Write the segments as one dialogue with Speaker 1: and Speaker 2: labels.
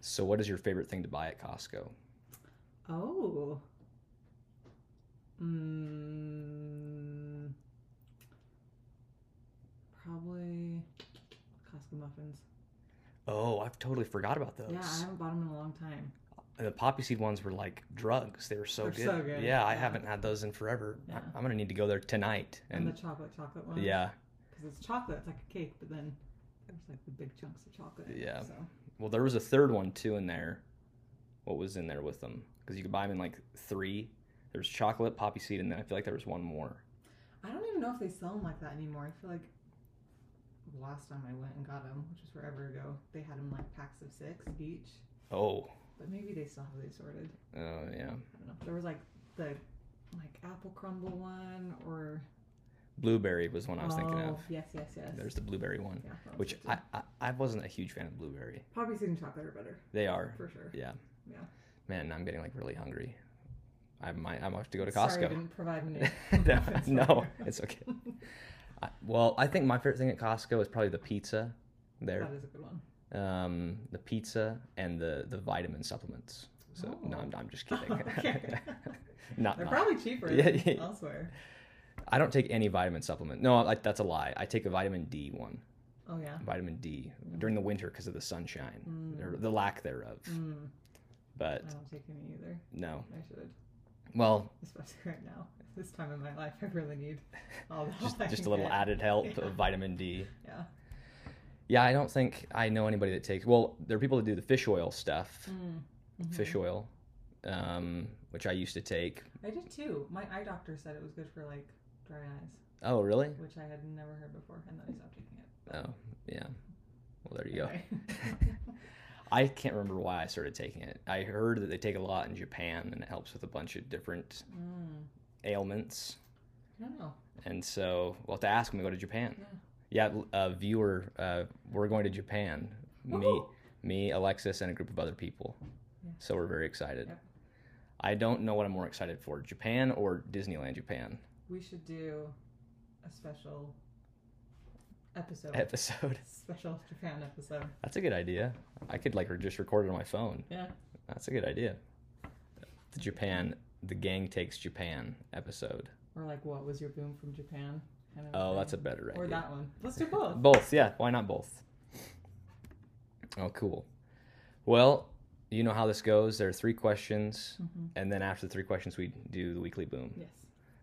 Speaker 1: So, what is your favorite thing to buy at Costco?
Speaker 2: Oh. Mm, probably Costco muffins.
Speaker 1: Oh, I've totally forgot about those.
Speaker 2: Yeah, I haven't bought them in a long time.
Speaker 1: And the poppy seed ones were like drugs. They were so,
Speaker 2: They're
Speaker 1: good.
Speaker 2: so good,
Speaker 1: Yeah, I
Speaker 2: yeah.
Speaker 1: haven't had those in forever. I-
Speaker 2: Yeah.
Speaker 1: I'm gonna need to go there tonight.
Speaker 2: And,
Speaker 1: And,
Speaker 2: the chocolate chocolate ones.
Speaker 1: yeah,
Speaker 2: Because it's chocolate, it's like a cake, but then there's like the big chunks of chocolate.
Speaker 1: Yeah.
Speaker 2: So
Speaker 1: well, there was a third one too in there. What was in there with them? Because you could buy them in like three. There was chocolate, poppy seed, and then I feel like there was one more.
Speaker 2: I don't even know if they sell them like that anymore. I feel like last time I went and got them, which was forever ago, they had them like packs of six each.
Speaker 1: Oh,
Speaker 2: But maybe they still have those sorted.
Speaker 1: oh yeah,
Speaker 2: I don't know. There was like the like apple crumble one or
Speaker 1: blueberry was one I was thinking
Speaker 2: Oh,
Speaker 1: of.
Speaker 2: Yes, yes, yes.
Speaker 1: There's the blueberry one,
Speaker 2: yeah, that was
Speaker 1: which
Speaker 2: good too.
Speaker 1: I, I I wasn't a huge fan of blueberry.
Speaker 2: poppy seed and chocolate are better
Speaker 1: They are,
Speaker 2: for sure.
Speaker 1: yeah,
Speaker 2: Yeah.
Speaker 1: Man, I'm getting like really hungry. I might I might have to go to
Speaker 2: Sorry, I
Speaker 1: Costco.
Speaker 2: didn't provide any.
Speaker 1: no,
Speaker 2: That's
Speaker 1: no,
Speaker 2: fine.
Speaker 1: it's okay. I, well, I think my favorite thing at Costco is probably the pizza there.
Speaker 2: That is a good one.
Speaker 1: Um, the pizza and the, the vitamin supplements. So, no,
Speaker 2: Oh.
Speaker 1: I'm, I'm just kidding.
Speaker 2: Okay.
Speaker 1: not,
Speaker 2: They're
Speaker 1: not-
Speaker 2: probably cheaper
Speaker 1: Yeah,
Speaker 2: than
Speaker 1: yeah.
Speaker 2: elsewhere.
Speaker 1: I don't take any vitamin supplement. No, I, that's a lie. I take a vitamin D one,
Speaker 2: Oh yeah.
Speaker 1: vitamin D during the winter because of the sunshine
Speaker 2: Mm.
Speaker 1: or the lack thereof.
Speaker 2: Mm, I
Speaker 1: But
Speaker 2: don't take any either.
Speaker 1: no.
Speaker 2: I should,
Speaker 1: Well,
Speaker 2: especially right now. At This time in my life, I really need all the
Speaker 1: just,
Speaker 2: help I
Speaker 1: just a
Speaker 2: can
Speaker 1: little
Speaker 2: get.
Speaker 1: added help
Speaker 2: Yeah.
Speaker 1: of vitamin D.
Speaker 2: Yeah.
Speaker 1: Yeah, I don't think I know anybody that takes. Well, there are people that do the fish oil stuff,
Speaker 2: Mm.
Speaker 1: fish oil, um, which I used to take.
Speaker 2: I did too. My eye doctor said it was good for like dry eyes,
Speaker 1: Oh, really?
Speaker 2: which I had never heard before, and then I stopped taking it.
Speaker 1: Oh, yeah. Well, there you go.
Speaker 2: Anyway.
Speaker 1: I can't remember why I started taking it. I heard that they take a lot in Japan and it helps with a bunch of different
Speaker 2: Mm.
Speaker 1: ailments.
Speaker 2: I don't know.
Speaker 1: And so we'll have to ask when we go to Japan.
Speaker 2: Yeah.
Speaker 1: Yeah, uh, viewer, uh, we're going to Japan. Me,
Speaker 2: Woohoo!
Speaker 1: me, Alexis, and a group of other people.
Speaker 2: Yeah.
Speaker 1: So we're very excited.
Speaker 2: Yep.
Speaker 1: I don't know what I'm more excited for, Japan or Disneyland Japan
Speaker 2: We should do a special episode.
Speaker 1: episode.
Speaker 2: special Japan episode.
Speaker 1: That's a good idea. I could like just record it on my phone.
Speaker 2: Yeah.
Speaker 1: That's a good idea. The Japan, the gang takes Japan episode.
Speaker 2: Or like, what was your boom from Japan? Kind of
Speaker 1: Oh,
Speaker 2: thing.
Speaker 1: that's a better
Speaker 2: Or
Speaker 1: idea.
Speaker 2: that one. Let's do both.
Speaker 1: Both, yeah. Why not both? Oh, cool. Well, you know how this goes. There are three questions,
Speaker 2: Mhm.
Speaker 1: and then after the three questions, we do the weekly boom.
Speaker 2: Yes.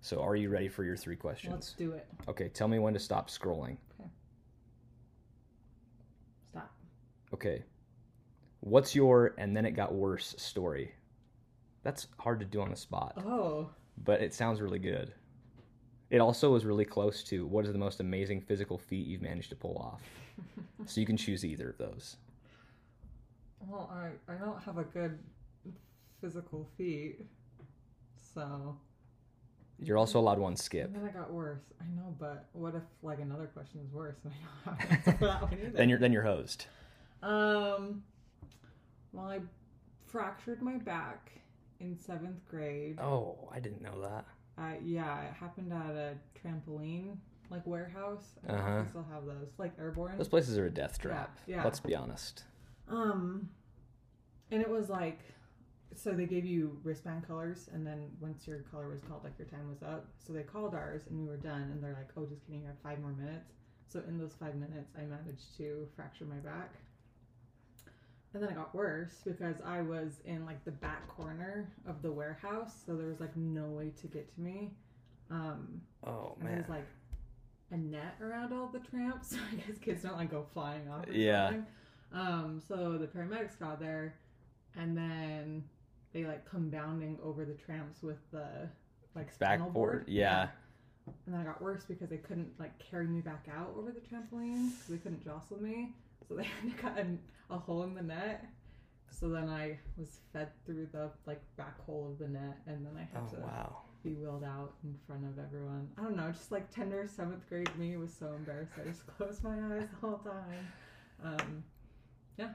Speaker 1: So, are you ready for your three questions?
Speaker 2: Let's do it.
Speaker 1: Okay, tell me when to stop scrolling.
Speaker 2: Stop.
Speaker 1: Okay. What's your and then it got worse story? That's hard to do on the spot.
Speaker 2: Oh.
Speaker 1: but it sounds really good. It also was really close to what is the most amazing physical feat you've managed to pull off. so you can choose either of those.
Speaker 2: Well, I I don't have a good physical feat, so.
Speaker 1: You're also allowed one skip.
Speaker 2: And then I got worse. I know, but what if like another question is worse and I don't have an answer for that one either?
Speaker 1: Then you're then you're hosed.
Speaker 2: Um, well, I fractured my back in seventh grade.
Speaker 1: Oh, I didn't know that.
Speaker 2: Uh, yeah, it happened at a trampoline like warehouse. I don't know if
Speaker 1: Uh-huh.
Speaker 2: they still have those, like airborne.
Speaker 1: Those places are a death trap.
Speaker 2: Yeah, yeah.
Speaker 1: Let's be honest.
Speaker 2: Um, and it was like, so they gave you wristband colors, and then once your color was called, like your time was up. So they called ours, and we were done. And they're like, "Oh, just kidding, you have five more minutes." So in those five minutes, I managed to fracture my back. And then it got worse because I was in like the back corner of the warehouse, so there was like no way to get to me. Um,
Speaker 1: Oh
Speaker 2: and
Speaker 1: man.
Speaker 2: there's like a net around all the tramps, so I guess kids don't like go flying off. Or
Speaker 1: Yeah.
Speaker 2: Something. Um. So the paramedics got there, and then they like come bounding over the tramps with the like spinal
Speaker 1: Backboard.
Speaker 2: board.
Speaker 1: Yeah.
Speaker 2: And then I got worse because they couldn't like carry me back out over the trampoline because they couldn't jostle me, so they had to cut a, a hole in the net. So then I was fed through the like back hole of the net, and then I had
Speaker 1: Oh
Speaker 2: to
Speaker 1: wow.
Speaker 2: be wheeled out in front of everyone. I don't know, just like tender seventh grade me was so embarrassed. I just closed my eyes the whole time. Um, yeah.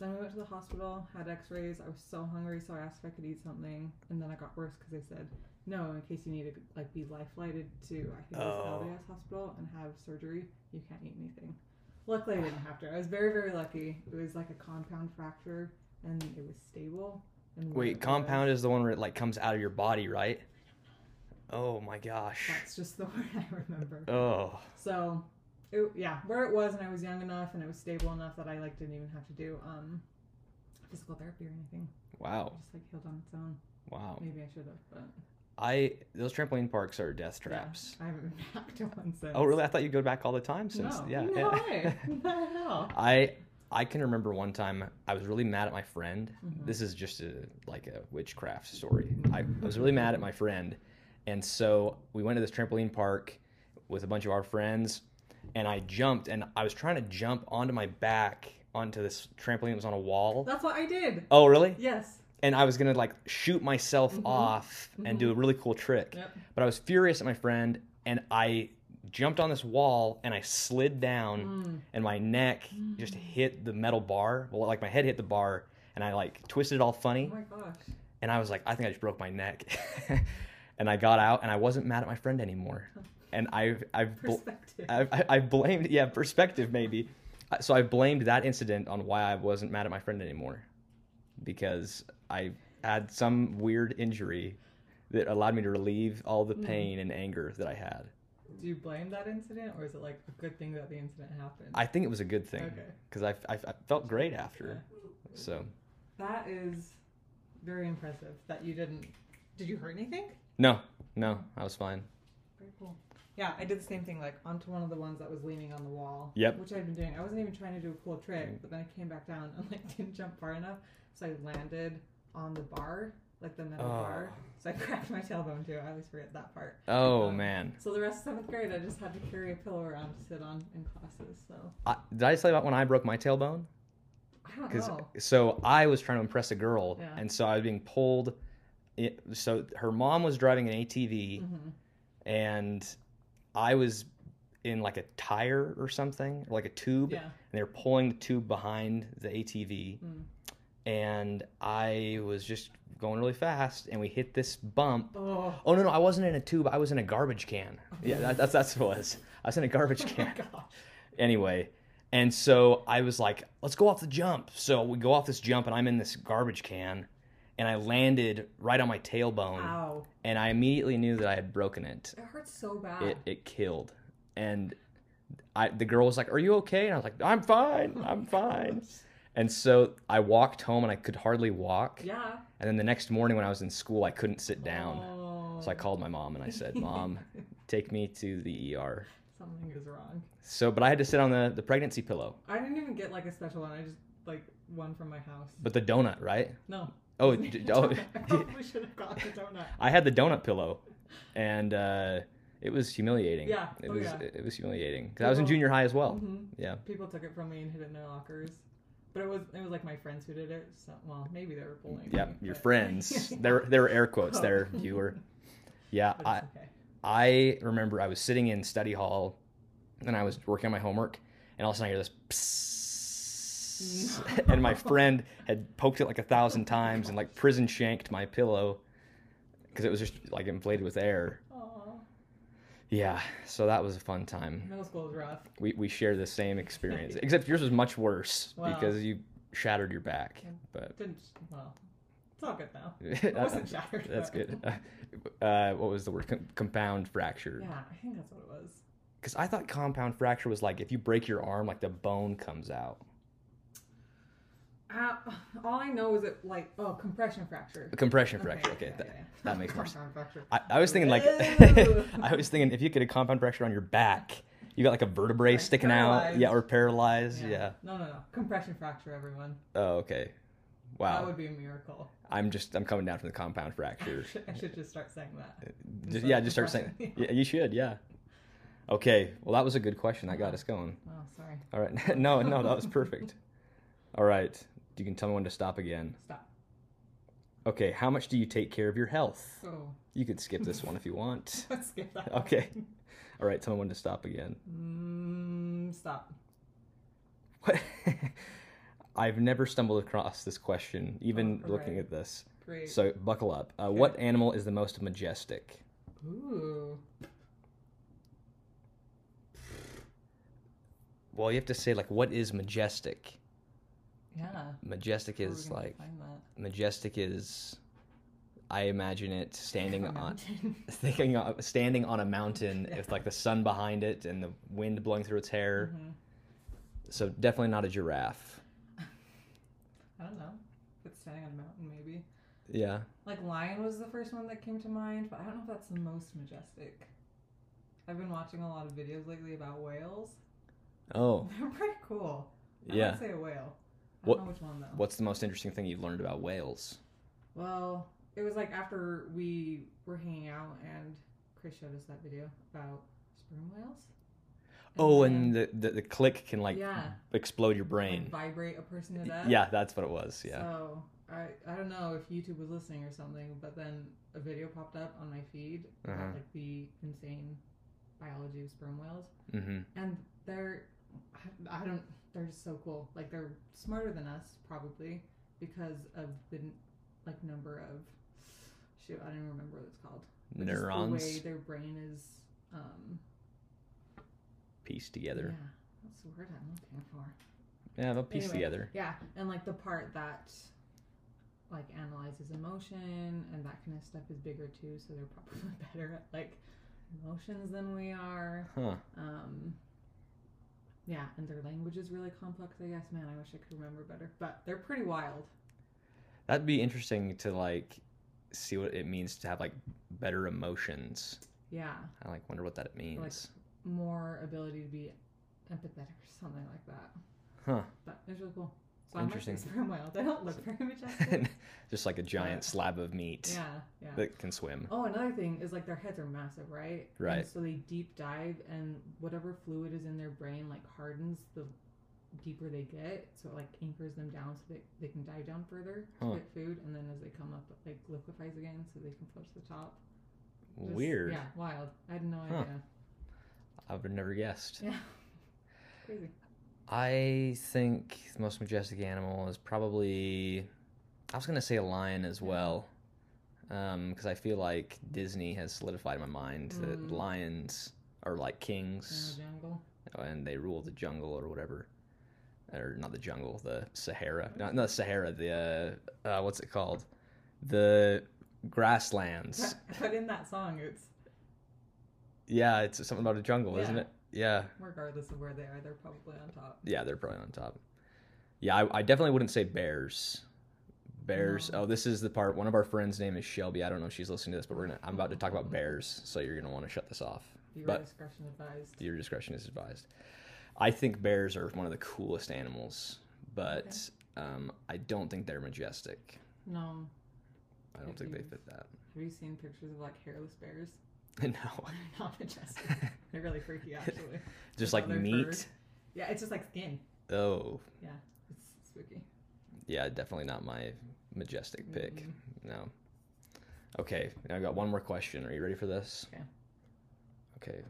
Speaker 2: Then we went to the hospital, had x rays. I was so hungry, so I asked if I could eat something. And then I got worse because they said, no, in case you need to like be lifelighted to, I think it was
Speaker 1: Oh.
Speaker 2: LDS hospital and have surgery, you can't eat anything. Luckily, I didn't have to. I was very, very lucky. It was like a compound fracture. and it was stable. And where it
Speaker 1: Wait,
Speaker 2: was.
Speaker 1: compound is the one where it like comes out of your body, right? Oh my gosh.
Speaker 2: That's just the word I remember.
Speaker 1: Oh,
Speaker 2: So, it, yeah, where it was, and I was young enough, and it was stable enough that I like didn't even have to do um physical therapy or anything. It
Speaker 1: wow.
Speaker 2: just like healed on its own.
Speaker 1: Wow.
Speaker 2: Maybe I should have, but
Speaker 1: I those trampoline parks are death
Speaker 2: Yeah.
Speaker 1: traps.
Speaker 2: I haven't been back to one since.
Speaker 1: Oh, really? I thought you go back all the time since.
Speaker 2: no.
Speaker 1: Yeah.
Speaker 2: No way. Not at all.
Speaker 1: I I can remember one time I was really mad at my friend.
Speaker 2: Mhm.
Speaker 1: This is just a like a witchcraft story. I, I was really mad at my friend, and so we went to this trampoline park with a bunch of our friends, and I jumped and I was trying to jump onto my back onto this trampoline that was on a wall.
Speaker 2: That's what I did.
Speaker 1: Oh, really?
Speaker 2: Yes.
Speaker 1: And I was gonna like shoot myself
Speaker 2: Mhm.
Speaker 1: off and do a really cool trick.
Speaker 2: Mm-hmm. Yep.
Speaker 1: But I was furious at my friend, and I jumped on this wall and I slid down
Speaker 2: Mm.
Speaker 1: and my neck just hit the metal bar. Well, like my head hit the bar, and I like twisted it all
Speaker 2: Oh
Speaker 1: funny,
Speaker 2: my gosh.
Speaker 1: and I was like, I think I just broke my neck. and I got out, and I wasn't mad at my friend anymore. And I've I've bl-
Speaker 2: Perspective.
Speaker 1: I've, I- I blamed yeah perspective maybe. Uh, So I blamed that incident on why I wasn't mad at my friend anymore, because I had some weird injury that allowed me to relieve all the
Speaker 2: Mm.
Speaker 1: pain and anger that I had.
Speaker 2: Do you blame that incident, or is it like a good thing that the incident happened?
Speaker 1: I think it was a good thing
Speaker 2: Okay.
Speaker 1: because I, I I felt great after. So
Speaker 2: That is very impressive that you didn't. Did you hurt anything?
Speaker 1: No, no, I was fine.
Speaker 2: Very cool. Yeah, I did the same thing, like onto one of the ones that was leaning on the wall.
Speaker 1: Yep. Mm.
Speaker 2: Which I'd been doing. I wasn't even trying to do a cool trick, but then I came back down and like didn't jump far enough, so I landed on the bar, like the metal
Speaker 1: Oh.
Speaker 2: bar. So I cracked my tailbone too. I always forget that part.
Speaker 1: Oh
Speaker 2: Um,
Speaker 1: man,
Speaker 2: So the rest of seventh grade, I just had to carry a pillow around to sit on in classes. So
Speaker 1: I, did I tell you about when I broke my tailbone?
Speaker 2: I don't
Speaker 1: Because
Speaker 2: know.
Speaker 1: so I was trying to impress a girl,
Speaker 2: Oh. Yeah.
Speaker 1: and so I was being pulled. It, so her mom was driving an ATV,
Speaker 2: Mhm.
Speaker 1: and I was in like a tire or something, or like a tube,
Speaker 2: Yeah.
Speaker 1: and they were pulling the tube behind the ATV,
Speaker 2: Mm.
Speaker 1: and I was just going really fast, and we hit this bump,
Speaker 2: Oh.
Speaker 1: Oh no, no, I wasn't in a tube. I was in a garbage can. Yeah, that, that's that's what it was. I was in a garbage
Speaker 2: Oh
Speaker 1: can.
Speaker 2: my gosh.
Speaker 1: anyway, and so I was like, let's go off the jump. So we go off this jump, and I'm in this garbage can, and I landed right on my tailbone,
Speaker 2: Ow.
Speaker 1: and I immediately knew that I had broken it.
Speaker 2: It hurts so bad.
Speaker 1: It it killed, and I the girl was like, "Are you okay?" And I was like, "I'm fine. I'm fine." And so I walked home, and I could hardly walk.
Speaker 2: Yeah.
Speaker 1: And then the next morning, when I was in school, I couldn't sit down.
Speaker 2: Oh.
Speaker 1: So I called my mom and I said, Mom, take me to the ER.
Speaker 2: Something is wrong.
Speaker 1: So, but I had to sit on the, the pregnancy pillow,
Speaker 2: I didn't even get like a special one. I just like one from my house.
Speaker 1: but the donut, right?
Speaker 2: No.
Speaker 1: Oh,
Speaker 2: Donut.
Speaker 1: d- oh
Speaker 2: I probably should have gotten a donut.
Speaker 1: I had the donut pillow and uh, it was humiliating.
Speaker 2: Yeah.
Speaker 1: It
Speaker 2: Oh,
Speaker 1: was,
Speaker 2: yeah.
Speaker 1: it was humiliating. 'Cause I was in
Speaker 2: Well-
Speaker 1: junior high as well.
Speaker 2: Mhm.
Speaker 1: Oh, Yeah.
Speaker 2: People took it from me and hid it in their lockers. But it was it was like my friends who did it. So well, maybe they were bullying.
Speaker 1: Yep.
Speaker 2: me,
Speaker 1: Your
Speaker 2: but-
Speaker 1: friends. There, there were air quotes
Speaker 2: Oh.
Speaker 1: there, viewer. Yeah.
Speaker 2: But it's
Speaker 1: I,
Speaker 2: okay.
Speaker 1: I remember I was sitting in study hall and I was working on my homework, and all of a sudden I hear this psss, and my friend had poked it like a thousand times and like prison shanked my pillow because it was just like inflated with air.
Speaker 2: Aw.
Speaker 1: Yeah, so that was a fun time.
Speaker 2: Middle school was rough.
Speaker 1: We we share the same experience, except yours was much worse
Speaker 2: Wow.
Speaker 1: because you shattered your back. But
Speaker 2: Didn't well. It's all good now. I wasn't
Speaker 1: Uh, that's good.
Speaker 2: shattered. but-
Speaker 1: Uh, what was the word? Com- compound fracture.
Speaker 2: Yeah, I think that's what it was.
Speaker 1: Because I thought compound fracture was like if you break your arm, like the bone comes out.
Speaker 2: Uh, all I know is it like oh compression fracture.
Speaker 1: A compression fracture. Okay,
Speaker 2: yeah,
Speaker 1: that,
Speaker 2: yeah, yeah.
Speaker 1: that makes more sense.
Speaker 2: Compound fracture.
Speaker 1: I, I was thinking like
Speaker 2: Ew.
Speaker 1: I was thinking if you get a compound fracture on your back, you got like a vertebrae
Speaker 2: Like
Speaker 1: sticking out,
Speaker 2: paralyzed.
Speaker 1: yeah, or paralyzed, yeah.
Speaker 2: No, no, no. Compression fracture, everyone.
Speaker 1: Oh, okay.
Speaker 2: That
Speaker 1: Wow,
Speaker 2: would be a miracle.
Speaker 1: I'm just I'm coming down from the compound fracture.
Speaker 2: I should, I should just start saying that.
Speaker 1: Just-
Speaker 2: Instead
Speaker 1: yeah,
Speaker 2: of
Speaker 1: just start saying.
Speaker 2: compression.
Speaker 1: Yeah, you should. Yeah. Okay. Well, that was a good question. That got us going.
Speaker 2: Oh, sorry.
Speaker 1: All right. no, no, that was perfect. All right. You can tell me when to stop again.
Speaker 2: Stop.
Speaker 1: Okay. How much do you take care of your health?
Speaker 2: So
Speaker 1: You could skip this one if you want.
Speaker 2: let's skip that.
Speaker 1: Okay. All right. Tell me when to stop again.
Speaker 2: Mm, stop.
Speaker 1: What? I've never stumbled across this question, even
Speaker 2: Oh,
Speaker 1: looking
Speaker 2: right.
Speaker 1: at this.
Speaker 2: Great.
Speaker 1: So buckle up. Uh, What animal is the most majestic?
Speaker 2: Ooh.
Speaker 1: Well, you have to say like, what is majestic?
Speaker 2: Yeah.
Speaker 1: Majestic
Speaker 2: How are we
Speaker 1: is
Speaker 2: gonna
Speaker 1: like
Speaker 2: find that?
Speaker 1: majestic is. I imagine it standing
Speaker 2: A
Speaker 1: on
Speaker 2: mountain.
Speaker 1: thinking of standing on a mountain
Speaker 2: Yeah.
Speaker 1: with like the sun behind it and the wind blowing through its hair.
Speaker 2: Mhm.
Speaker 1: So definitely not a giraffe.
Speaker 2: I don't know. It's standing on a mountain, maybe.
Speaker 1: Yeah.
Speaker 2: Like lion was the first one that came to mind, but I don't know if that's the most majestic. I've been watching a lot of videos lately about whales.
Speaker 1: Oh,
Speaker 2: They're pretty cool. I
Speaker 1: yeah.
Speaker 2: would say a whale. I
Speaker 1: What-
Speaker 2: don't know which one though.
Speaker 1: What's the most interesting thing you've learned about whales?
Speaker 2: Well, it was like after we were hanging out and Chris showed us that video about sperm whales.
Speaker 1: Oh,
Speaker 2: then,
Speaker 1: and the, the, the click can like
Speaker 2: Yeah.
Speaker 1: explode your
Speaker 2: like,
Speaker 1: brain.
Speaker 2: vibrate a person to death.
Speaker 1: Yeah, that's what it was. Yeah.
Speaker 2: So I I don't know if YouTube was listening or something, but then a video popped up on my feed about
Speaker 1: Uh-huh.
Speaker 2: like the insane biology of sperm whales,
Speaker 1: hmm
Speaker 2: and they're I- I don't they're just so cool. Like they're smarter than us probably because of the n- like number of shoot I don't even remember what it's called. But just The way
Speaker 1: Neurons
Speaker 2: their brain is. Um,
Speaker 1: pieced
Speaker 2: yeah,
Speaker 1: together.
Speaker 2: that's the word I'm looking for.
Speaker 1: Yeah, they'll piece
Speaker 2: Anyway.
Speaker 1: together.
Speaker 2: Yeah, and like the part that like analyzes emotion and that kind of stuff is bigger too, so they're probably better at like emotions than we are.
Speaker 1: Huh.
Speaker 2: Um yeah, and their language is really complex, I guess. Man, I wish I could remember better. But they're pretty wild.
Speaker 1: That'd be interesting to like see what it means to have like better emotions.
Speaker 2: Yeah.
Speaker 1: I like wonder what that means.
Speaker 2: More ability to be empathetic or something like that.
Speaker 1: Huh.
Speaker 2: But it's really cool. So
Speaker 1: Interesting.
Speaker 2: I'm like, sperm whales. They don't look very majestic.
Speaker 1: just like a giant slab of meat
Speaker 2: yeah, yeah.
Speaker 1: that can swim.
Speaker 2: Oh, another thing is like their heads are massive, right? And
Speaker 1: Right.
Speaker 2: so they deep dive, and whatever fluid is in their brain like hardens the deeper they get, so it like anchors them down so they, they can dive down further to
Speaker 1: Huh.
Speaker 2: get food, and then as they come up, it like liquefies again so they can float to the top. Just-
Speaker 1: Weird.
Speaker 2: Yeah, wild. I had no
Speaker 1: Huh.
Speaker 2: idea.
Speaker 1: I would have never guessed.
Speaker 2: Yeah. Crazy.
Speaker 1: I think the most majestic animal is probably. I was gonna say a lion as well, because I feel like Disney has solidified my mind that
Speaker 2: Mm.
Speaker 1: lions are like
Speaker 2: In
Speaker 1: kings
Speaker 2: the jungle.
Speaker 1: and they rule the jungle or whatever, or not the jungle, the Sahara, not, not Sahara, the uh, uh, what's it called, the grasslands.
Speaker 2: But, but in that song, it's
Speaker 1: yeah, it's something about a jungle, isn't
Speaker 2: Yeah.
Speaker 1: it? Yeah,
Speaker 2: regardless of where they are, they're probably on top.
Speaker 1: Yeah, they're probably on top. Yeah, I, I definitely wouldn't say bears. Bears.
Speaker 2: No.
Speaker 1: Oh, this is the part. One of our friends' name is Shelby. I don't know if she's listening to this, but we're gonna. I'm about to talk about bears, so you're gonna want to shut this off.
Speaker 2: Viewer
Speaker 1: But-
Speaker 2: discretion advised.
Speaker 1: Your discretion is advised. I think bears are one of the coolest animals, but um, I don't think they're majestic.
Speaker 2: No.
Speaker 1: I don't think they fit that.
Speaker 2: Have you seen pictures of like hairless bears?
Speaker 1: no,
Speaker 2: They're not majestic. They're really freaky, actually.
Speaker 1: just
Speaker 2: With
Speaker 1: like
Speaker 2: all their
Speaker 1: meat.
Speaker 2: Yeah, it's just like skin.
Speaker 1: Oh,
Speaker 2: It's spooky.
Speaker 1: yeah, definitely not my majestic pick.
Speaker 2: Mm.
Speaker 1: No. Okay, now I got one more question. Are you ready for this?
Speaker 2: Okay.
Speaker 1: Okay.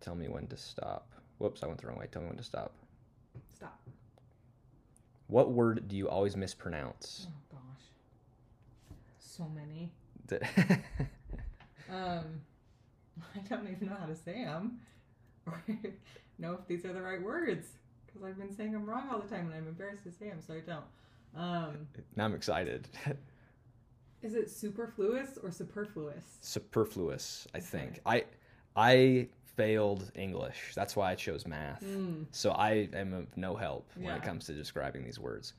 Speaker 1: Tell me when to stop. Whoops, I went the wrong way. Tell me when to stop.
Speaker 2: Stop.
Speaker 1: What word do you always mispronounce?
Speaker 2: Oh gosh. So many.
Speaker 1: The-
Speaker 2: Um, I don't even know how to say them or know if these are the right words because I've been saying them wrong all the time and I'm embarrassed to say them, so I don't. Um,
Speaker 1: now I'm excited.
Speaker 2: is it superfluous or superfluous?
Speaker 1: Superfluous, I think.
Speaker 2: Okay.
Speaker 1: I I failed English. That's why I chose math.
Speaker 2: Mm.
Speaker 1: So I am of no help when
Speaker 2: Yeah.
Speaker 1: it comes to describing these words.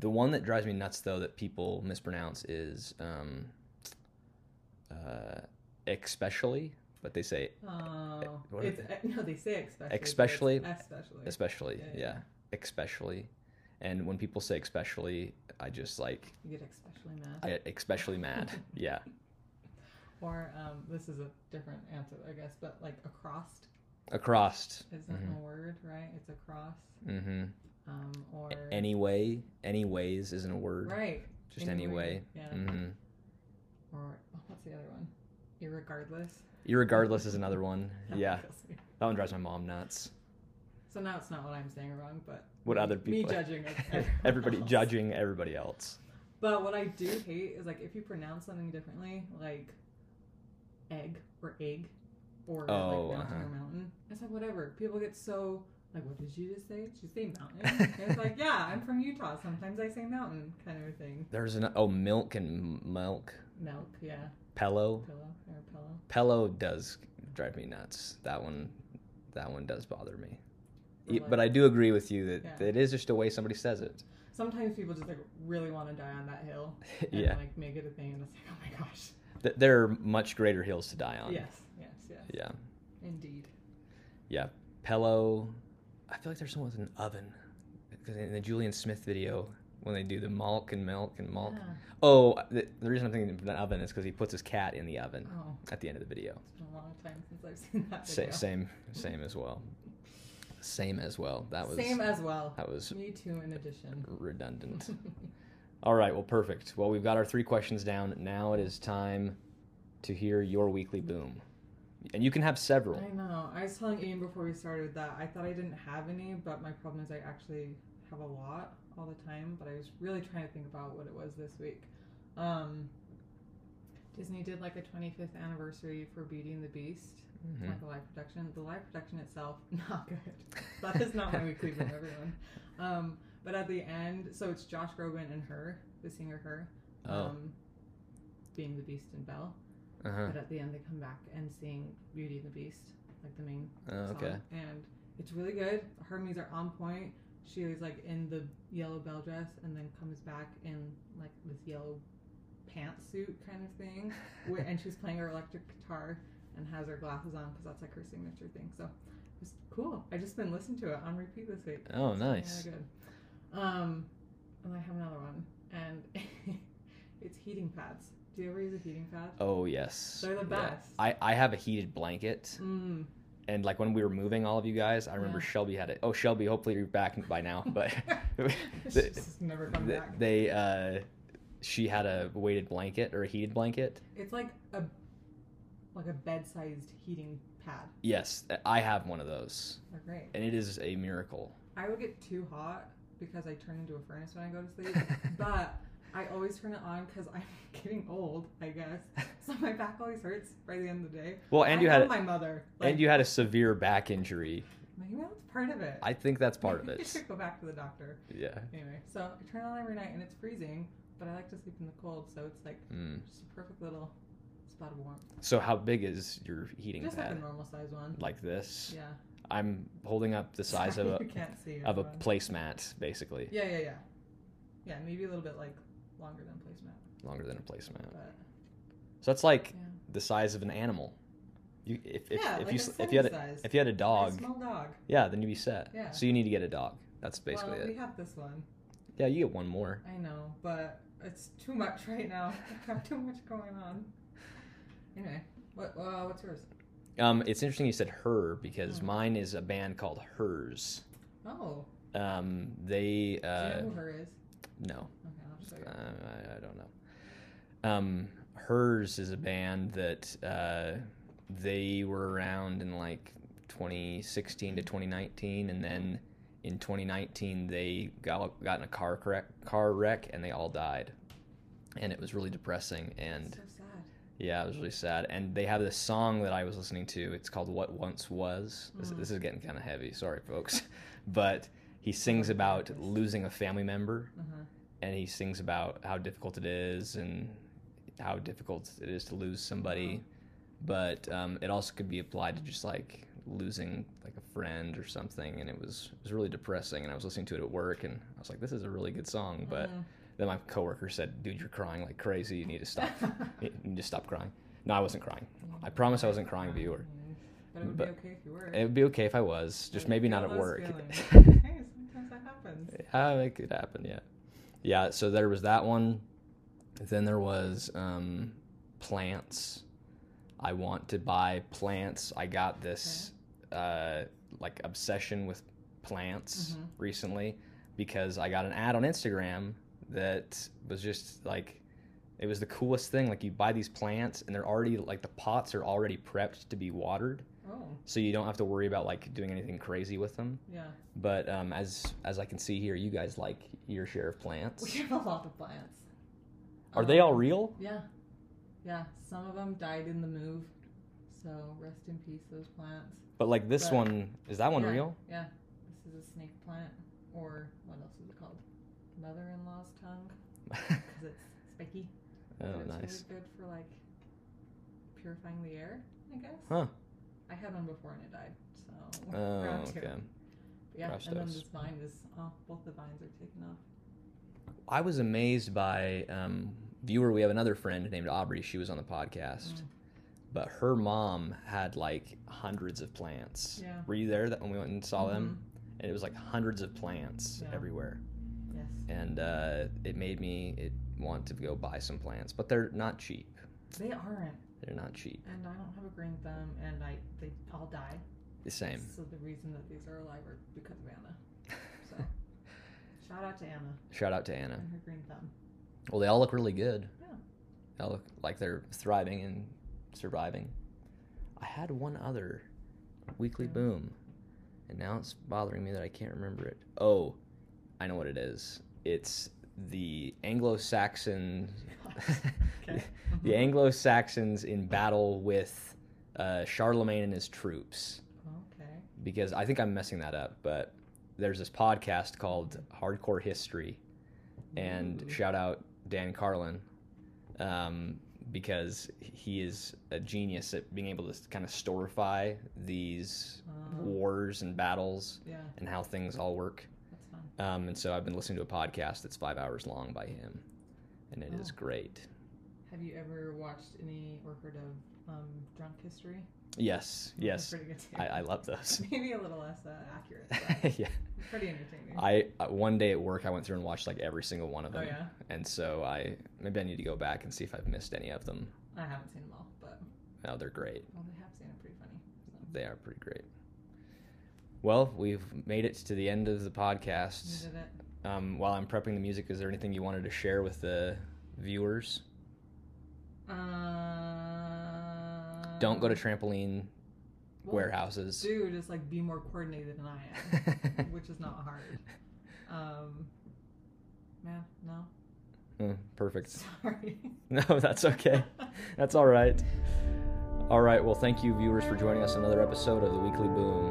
Speaker 1: The one that drives me nuts, though, that people mispronounce is um, uh, especially, but they say
Speaker 2: Oh,
Speaker 1: what are
Speaker 2: it's, no, they say especially. but it's
Speaker 1: Especially-
Speaker 2: Especially.
Speaker 1: especially,
Speaker 2: Yeah,
Speaker 1: yeah,
Speaker 2: yeah.
Speaker 1: especially. And when people say especially, I just like
Speaker 2: You get especially mad.
Speaker 1: I get especially mad. yeah,
Speaker 2: Or um, this is a different answer, I guess, but like across
Speaker 1: across.
Speaker 2: isn't
Speaker 1: Mhm.
Speaker 2: a word, right? It's across.
Speaker 1: Mm-hmm.
Speaker 2: Um, or
Speaker 1: Anyway, anyways isn't a word.
Speaker 2: right?
Speaker 1: Just anyway.
Speaker 2: Yeah.
Speaker 1: Mm-hmm.
Speaker 2: Or oh, what's the other one? Irregardless.
Speaker 1: Irregardless is another one.
Speaker 2: That
Speaker 1: Yeah,
Speaker 2: kills me.
Speaker 1: that one drives my mom nuts.
Speaker 2: So now it's not what I'm saying wrong, but
Speaker 1: What
Speaker 2: me-
Speaker 1: other people-
Speaker 2: Me judging. of
Speaker 1: everybody
Speaker 2: everyone else.
Speaker 1: judging everybody else.
Speaker 2: But what I do hate is like if you pronounce something differently, like egg or egg or
Speaker 1: Oh,
Speaker 2: like mountain
Speaker 1: uh-huh.
Speaker 2: or mountain. It's like whatever. People get so Like, what did you just say? Did you say mountain? And it's like, yeah, I'm from Utah. Sometimes I say mountain, kind of a thing.
Speaker 1: There's an oh milk and milk
Speaker 2: Milk, yeah.
Speaker 1: pillow.
Speaker 2: Pillow or pillow.
Speaker 1: Pillow does drive me nuts. That one, that one does bother me. Y-
Speaker 2: Or like-
Speaker 1: But I do agree with you that
Speaker 2: Yeah.
Speaker 1: it is just the way somebody says it.
Speaker 2: Sometimes people just like really want to die on that hill and
Speaker 1: yeah,
Speaker 2: like make it a thing, and it's like, oh my gosh.
Speaker 1: Th- there are much greater hills to die on.
Speaker 2: Yes, yes, yes.
Speaker 1: yeah,
Speaker 2: Indeed.
Speaker 1: yeah. Pillow. I feel like there's someone with an oven because in the Julian Smith video when they do the milk and milk and milk.
Speaker 2: Yeah.
Speaker 1: Oh, the, the reason I'm thinking of an oven is because he puts his cat in the oven
Speaker 2: Oh,
Speaker 1: at the end of the video.
Speaker 2: it's been a long time since I've seen that
Speaker 1: Sa-
Speaker 2: video.
Speaker 1: same, same as well. Same as well. That was
Speaker 2: Same as well.
Speaker 1: that was
Speaker 2: Me too, in addition.
Speaker 1: redundant. All right, well, perfect. Well, we've got our three questions down. Now it is time to hear your weekly boom, and you can have several.
Speaker 2: I know. I was telling Ian before we started that I thought I didn't have any, but my problem is I actually have a lot all the time. But I was really trying to think about what it was this week. Um, Disney did like a 25th anniversary for Beating the Beast,
Speaker 1: Mhm.
Speaker 2: like a live production. The live production itself, not good. that is not my weekly from everyone. Um, but at the end, so it's Josh Groban and her, the singer her,
Speaker 1: Oh.
Speaker 2: um, being the Beast and Belle.
Speaker 1: Uh-huh.
Speaker 2: But at the end, they come back and sing Beauty and the Beast, like the main
Speaker 1: Oh, okay.
Speaker 2: song. And it's really good. Hermes are on point. She is like in the yellow bell dress and then comes back in like this yellow pantsuit kind of thing. Wi- and she's playing her electric guitar and has her glasses on because that's like her signature thing. So it was cool. I just been listening to it on repeat this week.
Speaker 1: Oh,
Speaker 2: It's really
Speaker 1: nice.
Speaker 2: good. Um, and I have another one, and it's heating pads. Do you ever use a heating pad?
Speaker 1: Oh yes.
Speaker 2: They're the
Speaker 1: Yeah.
Speaker 2: best.
Speaker 1: I I have a heated blanket,
Speaker 2: Mm.
Speaker 1: and like when we were moving all of you guys, I remember
Speaker 2: Yeah.
Speaker 1: Shelby had it. Oh, Shelby, hopefully you're back by now. But
Speaker 2: It's
Speaker 1: the-
Speaker 2: just never come
Speaker 1: th-
Speaker 2: back.
Speaker 1: they uh, she had a weighted blanket or a heated blanket.
Speaker 2: It's like a like a bed-sized heating pad.
Speaker 1: Yes, I have one of those,
Speaker 2: They're great.
Speaker 1: and it is a miracle.
Speaker 2: I would get too hot because I turn into a furnace when I go to sleep. but I always turn it on because I'm getting old, I guess. So my back always hurts by the end of the day.
Speaker 1: well, and you
Speaker 2: I
Speaker 1: had
Speaker 2: am my mother. Like,
Speaker 1: and you had a severe back injury.
Speaker 2: maybe that's part of it.
Speaker 1: I think that's part of
Speaker 2: Maybe I
Speaker 1: it.
Speaker 2: should go back to the doctor.
Speaker 1: Yeah.
Speaker 2: Anyway, so I turn it on every night and it's freezing, but I like to sleep in the cold, so it's like
Speaker 1: Mm.
Speaker 2: just a perfect little spot of warmth.
Speaker 1: So how big is your heating
Speaker 2: Just like a
Speaker 1: pad?
Speaker 2: normal size one.
Speaker 1: Like this?
Speaker 2: Yeah.
Speaker 1: I'm holding up the size of a
Speaker 2: you can't see
Speaker 1: of a
Speaker 2: everyone.
Speaker 1: placemat, basically.
Speaker 2: Yeah, yeah, yeah. Yeah, maybe a little bit like longer than placemat,
Speaker 1: Longer than a placemat.
Speaker 2: but
Speaker 1: So that's like
Speaker 2: yeah.
Speaker 1: the size of an animal. You if if,
Speaker 2: yeah,
Speaker 1: if you
Speaker 2: like a
Speaker 1: s- if you had
Speaker 2: sitting
Speaker 1: a,
Speaker 2: size.
Speaker 1: if you had a
Speaker 2: A
Speaker 1: dog,
Speaker 2: small dog.
Speaker 1: yeah, then you'd be set.
Speaker 2: Yeah.
Speaker 1: So you need to get a dog. That's basically
Speaker 2: well,
Speaker 1: it.
Speaker 2: we have this one.
Speaker 1: Yeah, you get one more.
Speaker 2: I know, but it's too much right now. I've got too much going on. Anyway, what uh, what's yours?
Speaker 1: Um, it's interesting you said her because
Speaker 2: Mm.
Speaker 1: mine is a band called Hers.
Speaker 2: Oh,
Speaker 1: Um, they
Speaker 2: do you
Speaker 1: uh,
Speaker 2: know who her is?
Speaker 1: no.
Speaker 2: Okay, I'll just
Speaker 1: Uh,
Speaker 2: wait.
Speaker 1: I, I don't know. Um, hers is a band that uh, they were around in like 2016 to 2019, and then in 2019 they got got in a car wreck, car wreck, and they all died, and it was really depressing. And
Speaker 2: so sad.
Speaker 1: yeah, it was really sad. And they have this song that I was listening to. It's called "What Once Was." This,
Speaker 2: Mm.
Speaker 1: this is getting kind of heavy. Sorry, folks, but he sings about losing a family member
Speaker 2: Uh-huh.
Speaker 1: and he sings about how difficult it is and how difficult it is to lose somebody. But um, it also could be applied to just like losing like a friend or something. And it was it was really depressing. And I was listening to it at work, and I was like, "This is a really good song." But
Speaker 2: Mhm.
Speaker 1: then my coworker said, "Dude, you're crying like crazy. You need to stop. you need to stop crying." No, I wasn't crying. I promise I wasn't crying, but you were.
Speaker 2: But it would
Speaker 1: But-
Speaker 2: be okay if you were.
Speaker 1: It would be okay if I was, just maybe not at
Speaker 2: Feel those
Speaker 1: work.
Speaker 2: feelings. hey, sometimes that happens.
Speaker 1: Uh, it could happen, yeah. Yeah, so there was that one. Then there was um, plants. I want to buy plants. I got this uh, like obsession with plants
Speaker 2: Mhm.
Speaker 1: recently because I got an ad on Instagram that was just like it was the coolest thing. Like you buy these plants and they're already like the pots are already prepped to be watered,
Speaker 2: Oh,
Speaker 1: so you don't have to worry about like doing anything crazy with them.
Speaker 2: yeah.
Speaker 1: But um, as as I can see here, you guys like your share of plants.
Speaker 2: We have a lot of plants.
Speaker 1: Are they
Speaker 2: Um,
Speaker 1: all real?
Speaker 2: Yeah. Yeah. Some of them died in the move. So rest in peace, those plants.
Speaker 1: But like this
Speaker 2: But-
Speaker 1: one, is that one
Speaker 2: Yeah.
Speaker 1: real?
Speaker 2: Yeah. is a snake plant, or what else is it called? Mother-in-law's tongue, because it's spiky.
Speaker 1: oh,
Speaker 2: but it's
Speaker 1: nice.
Speaker 2: really good for like purifying the air, I guess.
Speaker 1: Huh.
Speaker 2: I had one before and it died, so
Speaker 1: Oh,
Speaker 2: round two.
Speaker 1: okay.
Speaker 2: But yeah,
Speaker 1: Crushed
Speaker 2: and then
Speaker 1: us.
Speaker 2: this vine is oh, both the vines are taken off.
Speaker 1: I was amazed by um, viewer. We have another friend named Aubrey. She was on the podcast,
Speaker 2: Mm.
Speaker 1: but her mom had like hundreds of plants.
Speaker 2: Yeah. Mm-hmm.
Speaker 1: Were you there that when we went and saw them? And it was like hundreds of plants
Speaker 2: Yeah.
Speaker 1: everywhere,
Speaker 2: Mhm. Yes.
Speaker 1: and uh, it made me it want to go buy some plants. But they're not cheap.
Speaker 2: They aren't,
Speaker 1: They're not cheap.
Speaker 2: and I don't have a green thumb, and I they all die.
Speaker 1: The same.
Speaker 2: So the reason that these are alive are because of Anna. So shout out to Anna
Speaker 1: Shout out to Anna.
Speaker 2: and her green thumb.
Speaker 1: Well, they all look really good.
Speaker 2: Yeah.
Speaker 1: They all look like they're thriving and surviving. I had one other weekly
Speaker 2: Yeah.
Speaker 1: boom, and now it's bothering me that I can't remember it. Oh, I know what it is. It's the Anglo-Saxon.
Speaker 2: Okay.
Speaker 1: the Anglo-Saxons in battle with uh, Charlemagne and his troops.
Speaker 2: Okay.
Speaker 1: Because I think I'm messing that up, but there's this podcast called Hardcore History and
Speaker 2: Ooh.
Speaker 1: shout out Dan Carlin um, because he is a genius at being able to kind of storify these
Speaker 2: Um,
Speaker 1: wars and battles
Speaker 2: yeah,
Speaker 1: and how things all work.
Speaker 2: that's fun.
Speaker 1: Um, and so I've been listening to a podcast that's five hours long by him, and it is
Speaker 2: Oh.
Speaker 1: great.
Speaker 2: Have you ever watched any or heard of um, Drunk History?
Speaker 1: Yes,
Speaker 2: Those are
Speaker 1: yes,
Speaker 2: Pretty good too.
Speaker 1: I, I love those.
Speaker 2: Maybe a little less uh, accurate. But
Speaker 1: yeah,
Speaker 2: pretty entertaining.
Speaker 1: I uh, one day at work I went through and watched like every single one of
Speaker 2: oh
Speaker 1: them,
Speaker 2: yeah,
Speaker 1: and so I maybe I need to go back and see if I've missed any of them.
Speaker 2: I haven't seen them all, but
Speaker 1: No, they're great.
Speaker 2: well, they have seen it pretty funny. So.
Speaker 1: They are pretty great. Well, we've made it to the end of the podcast.
Speaker 2: You did it.
Speaker 1: Um, while I'm prepping the music, is there anything you wanted to share with the viewers?
Speaker 2: Uh,
Speaker 1: Don't go to trampoline
Speaker 2: well,
Speaker 1: warehouses.
Speaker 2: Dude, just like be more coordinated than I am. which is not hard. Um, man, no.
Speaker 1: Mm, Perfect.
Speaker 2: Sorry.
Speaker 1: No, that's okay. That's all right. All right. Well, thank you, viewers, for joining us on another episode of the Weekly Boom.